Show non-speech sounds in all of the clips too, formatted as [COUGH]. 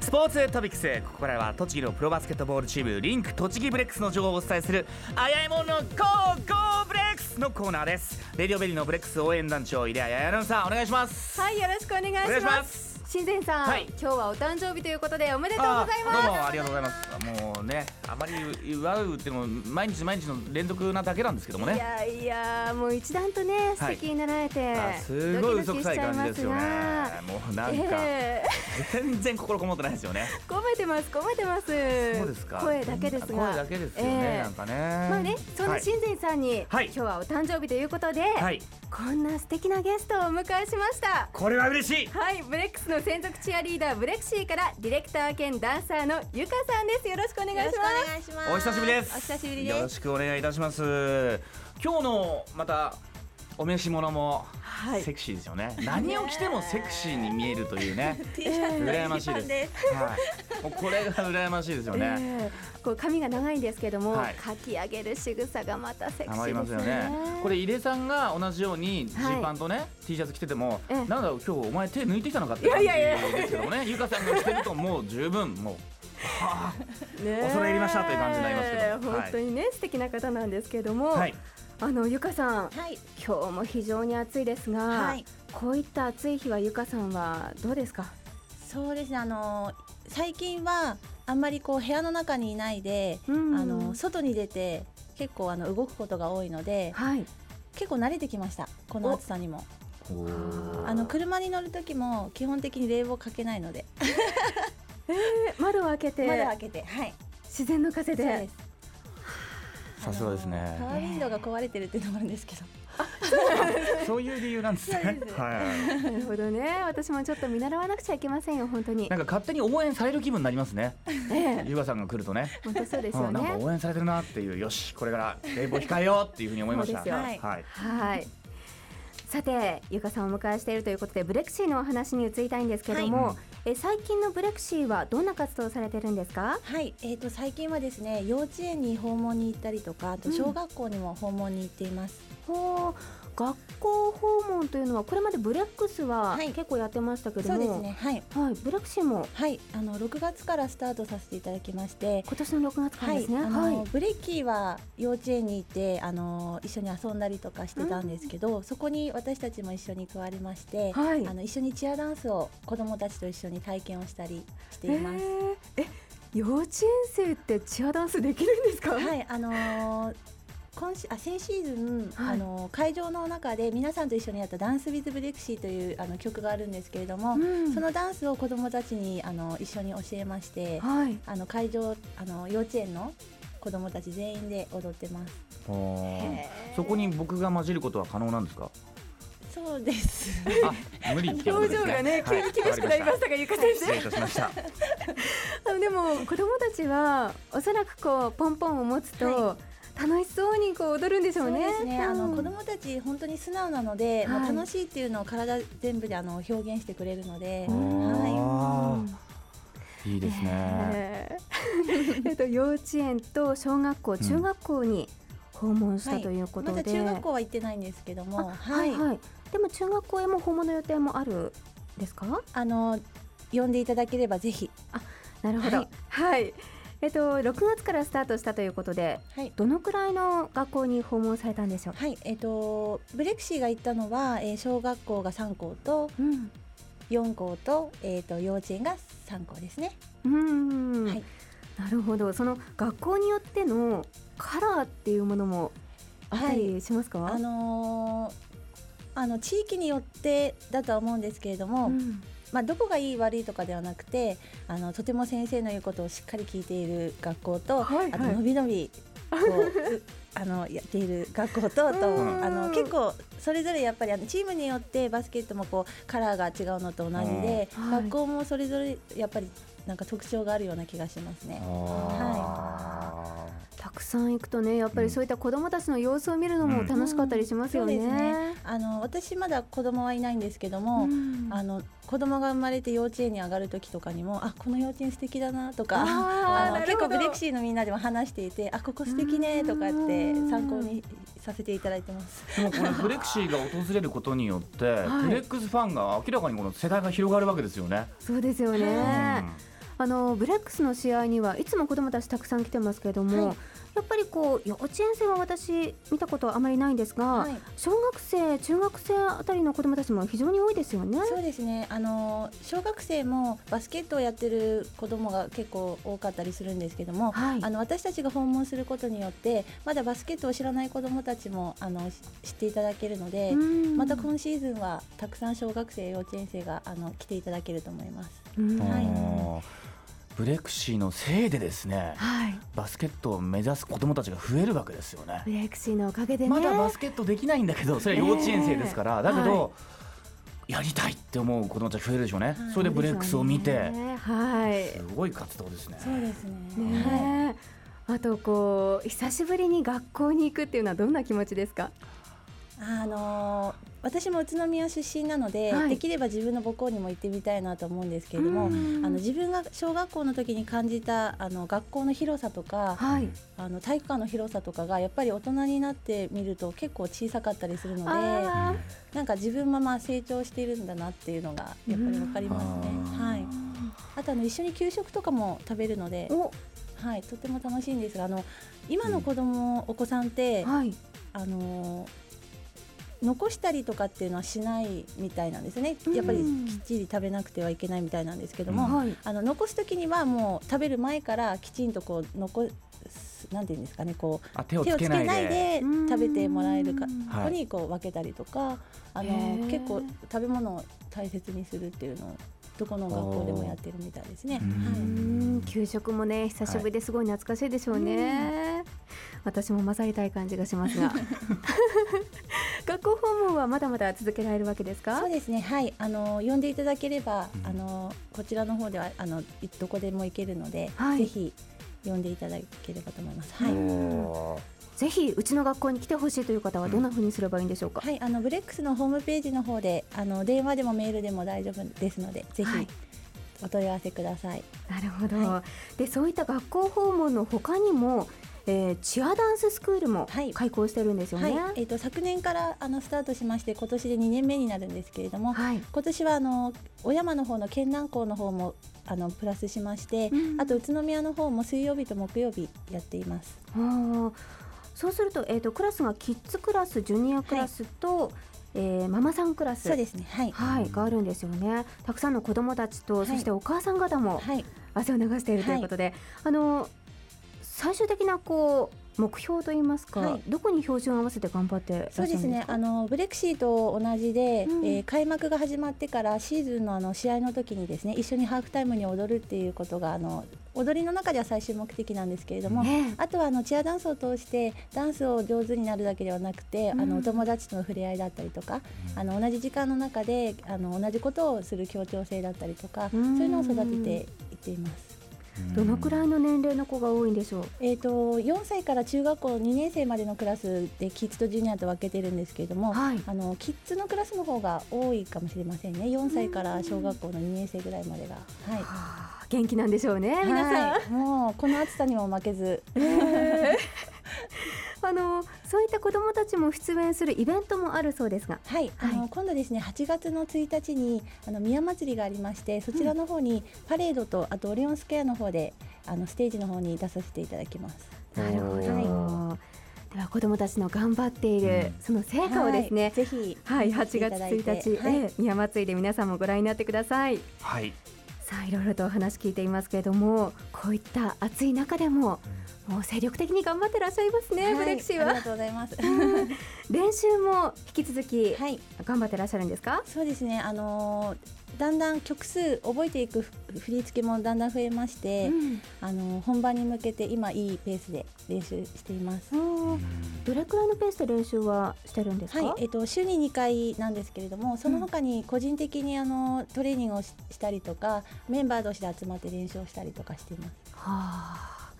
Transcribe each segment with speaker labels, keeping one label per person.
Speaker 1: スポーツトピックスここからは栃木のプロバスケットボールチームリンク栃木ブレックスの情報をお伝えする「あやいもんの GO!GO! ブレックス!」のコーナーですレディオベリーのブレックス応援団長入谷彩乃さんお願いします
Speaker 2: はい、よろしくお願いし
Speaker 1: お願いしま
Speaker 2: ます。
Speaker 1: す
Speaker 2: 新善さん、
Speaker 1: はい
Speaker 2: 今日はお誕生日ということでおめでとうござ
Speaker 1: あ
Speaker 2: い
Speaker 1: ー
Speaker 2: ます。
Speaker 1: どうもありがとうございますもうねあまり祝うっていうのも毎日毎日の連続なだけなんですけども
Speaker 2: い
Speaker 1: ね
Speaker 2: やいやもう一段とね素敵になられて、
Speaker 1: あすごい嘘
Speaker 2: ドキド
Speaker 1: く
Speaker 2: キ
Speaker 1: さ
Speaker 2: し
Speaker 1: い
Speaker 2: ちゃい
Speaker 1: 感じ
Speaker 2: ま
Speaker 1: です
Speaker 2: す
Speaker 1: よね
Speaker 2: が、
Speaker 1: もうなんか
Speaker 2: え
Speaker 1: 全然心こもってないですよね
Speaker 2: え込めてます込めてます。
Speaker 1: そうですか
Speaker 2: 声だけですが、
Speaker 1: 声だけですよね、
Speaker 2: ええ
Speaker 1: なんかね
Speaker 2: まあね、そん
Speaker 1: は
Speaker 2: ない新善さんに、
Speaker 1: はい
Speaker 2: 今日はお誕生日ということで、
Speaker 1: はい
Speaker 2: こんな素敵なゲストをお迎えしました。
Speaker 1: これは嬉しい
Speaker 2: はい、ブレックスの専属チアリーダーブレクシーからディレクター兼ダンサーのゆかさんです。よろしくお願いします。
Speaker 3: 願いしま
Speaker 1: お久しぶりです
Speaker 2: お久しぶりです
Speaker 1: よろしくお願いいたします今日のまたお召し物も
Speaker 2: はい
Speaker 1: セクシーですよね、何を着てもセクシーに見えるという
Speaker 2: [LAUGHS]
Speaker 1: ね
Speaker 3: T シャツ
Speaker 1: 羨ましいですはい、もうこれが羨ましいですよね、
Speaker 2: ええこう髪が長いんですけども、
Speaker 1: はい
Speaker 2: かき上げる仕草がまたセク
Speaker 1: た
Speaker 2: シ
Speaker 1: まり
Speaker 2: ー
Speaker 1: ま
Speaker 2: ですす
Speaker 1: よ
Speaker 2: よ
Speaker 1: ね
Speaker 2: ね。
Speaker 1: これ井出さんが同じようにジーパンとね、T シャツ着てても、
Speaker 2: ええ
Speaker 1: なんだろう今日お前手抜いてきたのかって感
Speaker 2: い
Speaker 1: じ
Speaker 2: やいやいや
Speaker 1: ですけど
Speaker 2: [LAUGHS]
Speaker 1: もね、ゆかさんが着てるともう十分もう
Speaker 2: ね
Speaker 1: 恐れ入りましたという感じになりますけど
Speaker 2: 本当にね、素敵な方なんですけども、
Speaker 1: はい、
Speaker 2: あのゆかさん、
Speaker 3: はい、
Speaker 2: 今日も非常に暑いですが、
Speaker 3: はい、
Speaker 2: こういった暑い日はゆかさんはどうですか。
Speaker 3: そうですね。あの最近はあんまりこう部屋の中にいないで、
Speaker 2: うん
Speaker 3: あの外に出て結構あの動くことが多いので、
Speaker 2: はい、
Speaker 3: 結構慣れてきました。この暑さにも。
Speaker 1: おー
Speaker 3: あの車に乗る時も基本的に冷房かけないので、
Speaker 2: え窓を開けて、
Speaker 3: 窓開けて、はい。
Speaker 2: 自然の風
Speaker 3: そうで。
Speaker 2: です
Speaker 1: さすがですね
Speaker 3: あのパワーウィンドウが壊れてるっていうのもあるんですけど。
Speaker 1: そういう理由なんです
Speaker 3: そう
Speaker 1: ね
Speaker 3: です
Speaker 1: はい
Speaker 2: なるほどね、私もちょっと見習わなくちゃいけませんよ、本当に
Speaker 1: な。んか勝手に応援される気分になります
Speaker 2: [LAUGHS]
Speaker 1: ね
Speaker 2: ええ
Speaker 1: ゆかさんが来るとね
Speaker 2: 本当そうですよ
Speaker 1: うんなんか
Speaker 2: ね。
Speaker 1: 応援されてるなっていうよしこれから冷房控えようっていうふうに思いました
Speaker 2: そうです
Speaker 3: よはい
Speaker 1: はい
Speaker 2: はい。さて、ゆかさんをお迎えしているということで、ブレクシーのお話に移りたいんですけども、
Speaker 1: はい
Speaker 2: え最近のブレクシーはどんな活動をされてるんですか？
Speaker 3: はい、えー、と最近はですね幼稚園に訪問に行ったりとかあと小学校にも訪問に行っています、
Speaker 2: ほう、学校訪問というのはこれまでブレックスは
Speaker 3: はい
Speaker 2: 結構やってましたけど
Speaker 3: そう
Speaker 2: も、
Speaker 3: ですねはい
Speaker 2: はい、ブレクシーも
Speaker 3: はい、あの6月からスタートさせていただきまして、
Speaker 2: 今年の6月か
Speaker 3: は
Speaker 2: ら
Speaker 3: い、
Speaker 2: ですね。
Speaker 3: あの
Speaker 2: はい。
Speaker 3: ブレッキーは幼稚園にいて、あの一緒に遊んだりとかしてたんですけど、そこに私たちも一緒に加わりまして、
Speaker 2: はい
Speaker 3: あの一緒にチアダンスを子どもたちと一緒に体験をしたりしています。
Speaker 2: えーえ幼稚園生ってチアダンスできるんですか？
Speaker 3: はい、あのー今しあ先シーズン、
Speaker 2: はい
Speaker 3: あのー会場の中で皆さんと一緒にやった「ダンス・ウィズ・ブレクシー」というあの曲があるんですけれども、
Speaker 2: うん
Speaker 3: そのダンスを子どもたちにあの一緒に教えまして、
Speaker 2: はい。
Speaker 3: あの会場あの幼稚園の子供たち全員で踊ってます。
Speaker 1: おーそこに僕が混じることは可能なんですか
Speaker 3: そうです。 [LAUGHS]
Speaker 1: あ無理ってこと
Speaker 2: 表
Speaker 1: です
Speaker 2: 情がね、
Speaker 1: はい
Speaker 2: 急に厳しくなりましたが、ゆか先生
Speaker 1: 失。礼いたしま
Speaker 2: [LAUGHS]
Speaker 1: した
Speaker 2: あのでも子供たちはおそらくこうポンポンを持つと
Speaker 3: は
Speaker 2: 楽しそうにこう踊るんでしょ
Speaker 3: そうう
Speaker 2: ね。
Speaker 3: ですね。あの
Speaker 2: うん
Speaker 3: 子供たち本当に素直なので、
Speaker 2: はい
Speaker 3: もう楽しいっていうのを体全部であの表現してくれるので、
Speaker 1: あ
Speaker 3: は
Speaker 2: うん
Speaker 1: ーいいですね [LAUGHS]
Speaker 2: えーえっと幼稚園と小学校、中学校に訪問した
Speaker 3: はい
Speaker 2: というこ
Speaker 3: い。
Speaker 2: とで、
Speaker 3: まだ中学校は行ってないんですけども、
Speaker 2: あはい
Speaker 3: はい。
Speaker 2: はい。でも中学校へも訪問の予定もあるんですか？
Speaker 3: あの呼んでいただければぜひ。
Speaker 2: なるほど。は
Speaker 3: はい
Speaker 2: い。えっと6月からスタートしたということで、
Speaker 3: はい。
Speaker 2: どのくらいの学校に訪問されたんでしょう？
Speaker 3: はい、えっ、とブレクシーが行ったのは、えー小学校が3校と
Speaker 2: うん。
Speaker 3: 4校と,、えー、と幼稚園が3校ですね。
Speaker 2: うん、
Speaker 3: はい
Speaker 2: なるほどその学校によってのカラーっていうものもあったりしますか、
Speaker 3: あのーあの地域によってだとは思うんですけれども、
Speaker 2: うん
Speaker 3: まあ、どこがいい悪いとかではなくてあのとても先生の言うことをしっかり聞いている学校と、
Speaker 2: はい
Speaker 3: あと
Speaker 2: はい
Speaker 3: のびのびこううあのやっている学校とと
Speaker 2: うん
Speaker 3: あの結構それぞれやっぱりあのチームによってバスケットもこうカラーが違うのと同じで、
Speaker 2: うんはい
Speaker 3: 学校もそれぞれやっぱりなんか特徴があるような気がしますね。
Speaker 1: あー
Speaker 2: たくさん行くとねやっぱりそういった子どもたちの様子を見るのも
Speaker 1: うん
Speaker 2: 楽しかったりしますよね。
Speaker 3: うんそうですねあの私まだ子供はいないんですけども、
Speaker 2: うん
Speaker 3: あの子供が生まれて幼稚園に上がる時とかにもあこの幼稚園素敵だなとか
Speaker 2: あー
Speaker 3: あの
Speaker 2: なる
Speaker 3: 結
Speaker 2: ほど
Speaker 3: 構ブレクシーのみんなでも話していてあここ素敵ねとかって
Speaker 2: うん
Speaker 3: 参考にさせていただいてます。
Speaker 1: でもこれブレクシーが訪れることによって、
Speaker 2: い
Speaker 1: ブレックスファンが明らかにこの世界が広がるわけですよね。
Speaker 2: そうですよね、
Speaker 1: うん
Speaker 2: ああのブレックスの試合にはいつも子どもたちたくさん来てますけれども、
Speaker 3: はい
Speaker 2: やっぱりこう幼稚園生は私見たことはあまりないんですが、
Speaker 3: はい
Speaker 2: 小学生中学生あたりの子どもたちも非常に多いですよね。
Speaker 3: そうですねあの小学生もバスケットをやってる子供が結構多かったりするんですけども、
Speaker 2: はい
Speaker 3: あの私たちが訪問することによってまだバスケットを知らない子供たちもあのし知っていただけるので、
Speaker 2: うん
Speaker 3: また今シーズンはたくさん小学生幼稚園生があの来ていただけると思います。
Speaker 2: うん
Speaker 1: あ
Speaker 2: は
Speaker 3: はいい
Speaker 1: ーブレクシーのせいでですね
Speaker 2: はい、
Speaker 1: バスケットを目指す子どもたちが増えるわけですよね
Speaker 2: ブレイクシーのおかげでね。
Speaker 1: まだバスケットできないんだけどそれは幼稚園生ですから、
Speaker 2: ね
Speaker 1: だ
Speaker 2: え
Speaker 1: けど、やりたいって思う子供たち増えるでしょうね、
Speaker 3: はい
Speaker 1: それでブレックスを見て、
Speaker 2: ねはい。
Speaker 1: すごい活動ですね
Speaker 3: そうですね。はい
Speaker 2: ねえ、あとこう久しぶりに学校に行くっていうのはどんな気持ちですか。
Speaker 3: あのー私も宇都宮出身なので、
Speaker 2: はい
Speaker 3: できれば自分の母校にも行ってみたいなと思うんですけれども、
Speaker 2: うん
Speaker 3: あの自分が小学校の時に感じたあの学校の広さとか
Speaker 2: はい。
Speaker 3: あの体育館の広さとかがやっぱり大人になってみると結構小さかったりするので
Speaker 2: あ
Speaker 3: なんか自分もまあ成長しているんだなっていうのがやっぱりわかりますね
Speaker 1: うん。あー
Speaker 3: はい、あとあの一緒に給食とかも食べるので
Speaker 2: ー、お、
Speaker 3: はい、とても楽しいんですがあの今の子供、お子さんって、
Speaker 2: はい。
Speaker 3: あのー残したりとかっていうのはしないみたいなんですね、やっぱり
Speaker 2: うん
Speaker 3: きっちり食べなくてはいけないみたいなんですけども、
Speaker 1: うん
Speaker 2: はい。
Speaker 3: あの残す時にはもう食べる前からきちんとこう残すなんていうんですかねこ
Speaker 1: あ手
Speaker 3: う
Speaker 1: を
Speaker 3: 手
Speaker 1: つ
Speaker 3: をつ
Speaker 1: け
Speaker 3: け
Speaker 1: な
Speaker 3: ないい
Speaker 1: で
Speaker 3: で
Speaker 2: うん
Speaker 3: 食べてもらえるか
Speaker 1: はい
Speaker 3: ここにこう分けたりとかあ
Speaker 2: へー
Speaker 3: の結構食べ物を大切にするっていうのをどこの学校でもやってるみたいですね。
Speaker 1: おー
Speaker 3: はい
Speaker 2: うん給食もね久しぶりですごい懐かしいでしょうね、私も混ざりたい感じがし
Speaker 3: [LAUGHS]
Speaker 2: ますが学校訪問はまだまだ続けられるわけですか
Speaker 3: そうですね、はい、あの呼んでいただければ、
Speaker 1: うん
Speaker 3: あのこちらの方ではあのいどこでも行けるので、
Speaker 2: はい
Speaker 3: ぜひ呼んでいただければと思います。
Speaker 1: お
Speaker 3: はい、
Speaker 1: ー
Speaker 2: ぜひうちの学校に来てほしいという方はどんな風にすればいいんでしょうか、
Speaker 3: はい、あのブレックスのホームページの方で、あの電話でもメールでも大丈夫ですので、ぜひ
Speaker 2: はい
Speaker 3: お問い合わせください。
Speaker 2: なるほど、
Speaker 3: は
Speaker 2: でそういった学校訪問の他にも、えーチアダンススクールも
Speaker 3: はい
Speaker 2: 開校してるんですよ
Speaker 3: はい、
Speaker 2: ね、
Speaker 3: えっ、と昨年からあのスタートしまして、今年で2年目になるんですけれども、
Speaker 2: はい
Speaker 3: 今年はあの小山の方の県南校の方もあのプラスしまして、
Speaker 2: うん
Speaker 3: あと宇都宮の方も水曜日と木曜日やっています。
Speaker 2: あーそうすると,、えー、とクラスがキッズクラスジュニアクラスと、えーママさんクラス
Speaker 3: そうですね、はい。
Speaker 2: はい、があるんですよね。たくさんの子どもたちと、
Speaker 3: はい
Speaker 2: そしてお母さん方も
Speaker 3: はい
Speaker 2: 汗を流しているということで、あの最終的なこう目標といいますか、
Speaker 3: はい
Speaker 2: どこに標準を合わせて頑張って
Speaker 3: そうですね。あ
Speaker 2: の
Speaker 3: のブレクシーと同じで、
Speaker 2: うん
Speaker 3: えー開幕が始まってからシーズンのあの試合の時にですね、一緒にハーフタイムに踊るっていうことがあの踊りの中では最終目的なんですけれども。
Speaker 2: ね
Speaker 3: あとはあのチアダンスを通してダンスを上手になるだけではなくて、
Speaker 2: うん
Speaker 3: あのお友達との触れ合いだったりとか、あの同じ時間の中であの同じことをする協調性だったりとか、
Speaker 2: うん
Speaker 3: そういうのを育てていっています。
Speaker 2: どのくらいの年齢の子が多いんでしょう。
Speaker 3: えー、と4歳から中学校2年生までのクラスでキッズとジュニアと分けてるんですけれども、
Speaker 2: はい
Speaker 3: あのキッズのクラスの方が多いかもしれませんね4歳から小学校の2年生ぐらいまでが、はい
Speaker 2: はあ元気なんでしょうね、 [LAUGHS] 皆さん。
Speaker 3: はい、もうこの暑さにも負けず
Speaker 2: あのそういった子どもたちも出演するイベントもあるそうですが、
Speaker 3: はい、あの、
Speaker 2: はい
Speaker 3: 今度ですね8月の1日にあの宮祭りがありましてそちらの方にパレードと、あとオリオンスクエアの方であのステージの方に出させていただきます
Speaker 2: なるほど。
Speaker 1: は
Speaker 2: では子どもたちの頑張っている、
Speaker 1: うん
Speaker 2: その成果をですね、
Speaker 3: はいぜひ
Speaker 2: はい、
Speaker 3: 見に来
Speaker 2: 8
Speaker 3: ていた
Speaker 2: 月
Speaker 3: だいて
Speaker 2: 1日、
Speaker 3: はい
Speaker 2: ええ宮祭りで皆さんもご覧になってください。
Speaker 1: はい、
Speaker 2: さあ、いろいろとお話聞いていますけれども、こういった暑い中でも、もう精力的に頑張ってらっしゃいますね、
Speaker 3: はい
Speaker 2: ブレクシー
Speaker 3: あり
Speaker 2: は
Speaker 3: が。とうござい [LAUGHS] ます
Speaker 2: 練習も引き続き
Speaker 3: はい
Speaker 2: 頑張ってらっしゃるんですか。
Speaker 3: そうですねあのーだんだん曲数覚えていくふ振り付けもだんだん増えまして、
Speaker 2: うん
Speaker 3: あのー本番に向けて今いいペースで練習しています
Speaker 2: おーどれくらいのペースで練習はしてるんです
Speaker 3: は
Speaker 2: か。
Speaker 3: い、えっと週に2回なんですけれども、その他に個人的にあのトレーニングをししたりとか、メンバー同士で集まって練習をしたりとかしています。
Speaker 2: はあ、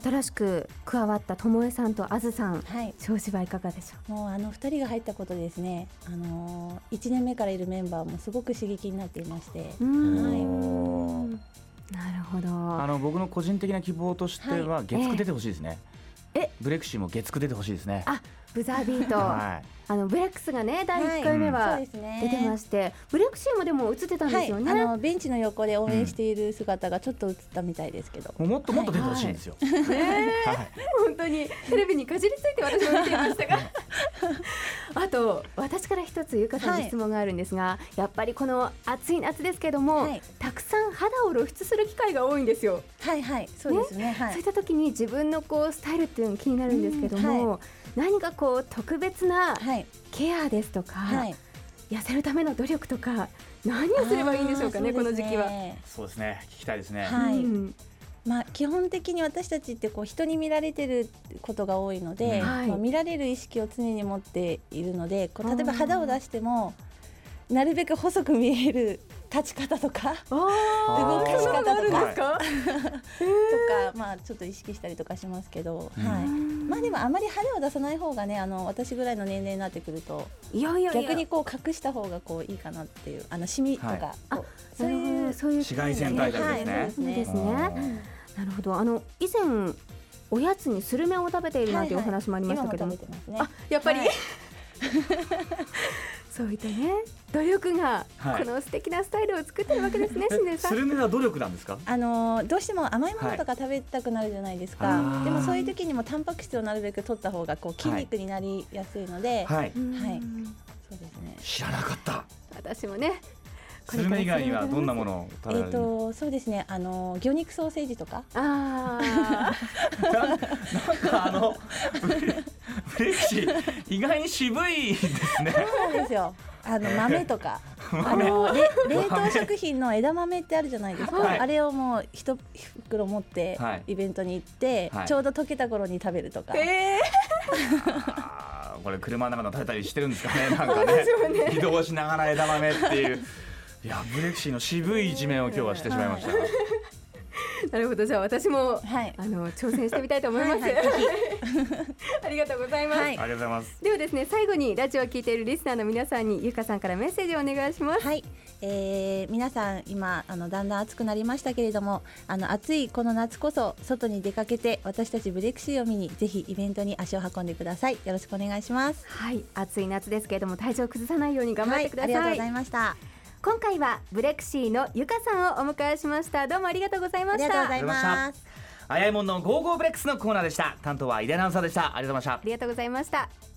Speaker 2: 新しく加わったともえさんとあずさん、
Speaker 3: はい、
Speaker 2: 調子はいかがでしょ
Speaker 3: もうあの2人が入ったことでですね、あのー、1年目からいるメンバーもすごく刺激になっていまして、
Speaker 2: う。うん
Speaker 3: はい
Speaker 2: なるほど。
Speaker 1: あの僕の個人的な希望としては月
Speaker 2: え
Speaker 1: 9
Speaker 2: え
Speaker 1: 出てほしいですね、
Speaker 2: え
Speaker 1: ブレクシーも月9出てほしいですね
Speaker 2: あブザービート、
Speaker 1: は
Speaker 2: あのブレックスがね第1回目
Speaker 3: そう
Speaker 2: は
Speaker 3: ですね
Speaker 2: 出てまして、ブレックスもでも映ってたんですよね、
Speaker 3: はい、あのベンチの横で応援している姿がちょっと映ったみたいですけど、
Speaker 1: い、もうもっともっと出てほしいんですよ。はい
Speaker 2: 本当にテレビにかじりついて私も見ていましたがあと私から一つゆかさんに質問があるんですが、やっぱりこの暑い夏ですけども、
Speaker 3: はい
Speaker 2: たくさん肌を露出する機会が多いんですよ、
Speaker 3: はいはいそうですねは
Speaker 2: そうい
Speaker 3: い
Speaker 2: った時に自分のこうスタイルっていうのが気になるんですけども、
Speaker 3: うんは
Speaker 2: 何かこう特別な
Speaker 3: はい
Speaker 2: ケアですとか、
Speaker 3: はい
Speaker 2: 痩せるための努力とか何をすればいいんでしょうかね
Speaker 3: あー
Speaker 2: この時期は。
Speaker 3: そうで
Speaker 1: そうです
Speaker 3: すね
Speaker 1: ね。聞きたいですね。
Speaker 3: はいうまあ基本的に私たちってこう人に見られてることが多いので、
Speaker 2: はい
Speaker 3: まあ見られる意識を常に持っているのでこ
Speaker 2: あー
Speaker 3: う例えば肌を出してもなるべく細く見える立ち方
Speaker 2: [LAUGHS]
Speaker 3: とかと
Speaker 2: あ
Speaker 3: 動
Speaker 2: ー
Speaker 3: かし
Speaker 2: そんな
Speaker 3: 方
Speaker 2: のがあるんですか、
Speaker 3: かまあちょっと意識したりとかしますけど、
Speaker 1: うん
Speaker 3: はい。まあでもあまり肌を出さない方がねあの私ぐらいの年齢になってくると
Speaker 2: いやいやいや
Speaker 3: 逆にこう隠した方がこういいかなっていうあのシミとか、
Speaker 1: はい
Speaker 3: こうそうい
Speaker 2: なるほど
Speaker 3: う
Speaker 2: そういう
Speaker 1: 紫外線対策ですね
Speaker 3: はいそうですね
Speaker 1: うん
Speaker 2: なるほどあの以前おやつにスルメを食べているなんていうお
Speaker 3: はいはい
Speaker 2: 話もありましたけども、
Speaker 3: 今も食べてますね
Speaker 2: あやっぱり、
Speaker 3: はい
Speaker 2: そういったね努力が
Speaker 1: はい
Speaker 2: この素敵なスタイルを作ってるわけですね、しん
Speaker 1: え
Speaker 2: でさ
Speaker 1: ス
Speaker 2: ん
Speaker 1: ルメは努力なんですか。
Speaker 3: あのーどうしても甘いものとか食べたくなるじゃないですか、
Speaker 1: あー
Speaker 3: でもそういう時にもタンパク質をなるべく取った方がこう筋肉になりやすいので、
Speaker 1: はい。
Speaker 2: うん
Speaker 3: はいそうですね
Speaker 1: 知らなかった。
Speaker 2: 私もね
Speaker 1: スルメ以外にはどんなものを
Speaker 3: え
Speaker 1: 食べら
Speaker 3: ー、
Speaker 1: れるの。
Speaker 3: とそうですねあのー魚肉ソーセージとか
Speaker 2: あー
Speaker 1: なんかあのブレブレッキー意外に渋いですね。
Speaker 3: そうなんです
Speaker 1: [LAUGHS]
Speaker 3: よあの豆とかあ
Speaker 1: 豆
Speaker 3: のーれ冷凍食品の枝豆ってあるじゃないですか、
Speaker 1: はい
Speaker 3: あれをもう一袋持って
Speaker 1: はい
Speaker 3: イベントに行って、
Speaker 1: はい
Speaker 3: ちょうど溶けた頃に食べると [LAUGHS] か、
Speaker 2: え
Speaker 1: あーこれ車の中で食べたりしてるんですかね。 [LAUGHS] なんかね移動しながら枝豆っていう。いやブレクシーの渋い一面を今日はしてしまいました。
Speaker 2: ー、なるほどじゃあ私も
Speaker 3: はい
Speaker 2: あの挑戦してみたいと思います [LAUGHS] ありがとうございます、
Speaker 1: あ
Speaker 3: はい
Speaker 1: りがとうございます。
Speaker 2: ではですね最後にラジオを聞いているリスナーの皆さんにゆかさんからメッセージをお願いします
Speaker 3: [LAUGHS] はい、えー皆さん今あのだんだん暑くなりましたけれどもあの暑いこの夏こそ外に出かけて私たちブレクシーを見にぜひイベントに足を運んでくださいよろしくお願いします
Speaker 2: はい暑い夏ですけれども体調を崩さないように頑張ってくださ、
Speaker 3: はいい、ありがとうございました
Speaker 2: 今回はブレクシーのゆかさんをお迎えしましたどうもありがとうござい
Speaker 3: あ
Speaker 2: ま
Speaker 3: り
Speaker 2: し
Speaker 3: がとうご
Speaker 2: た
Speaker 3: ざいます
Speaker 1: あやいもんのゴーゴーブレックスのコーナーでした。担当は井出アナウンサーでした。ありがとうございました。
Speaker 2: ありがとうございました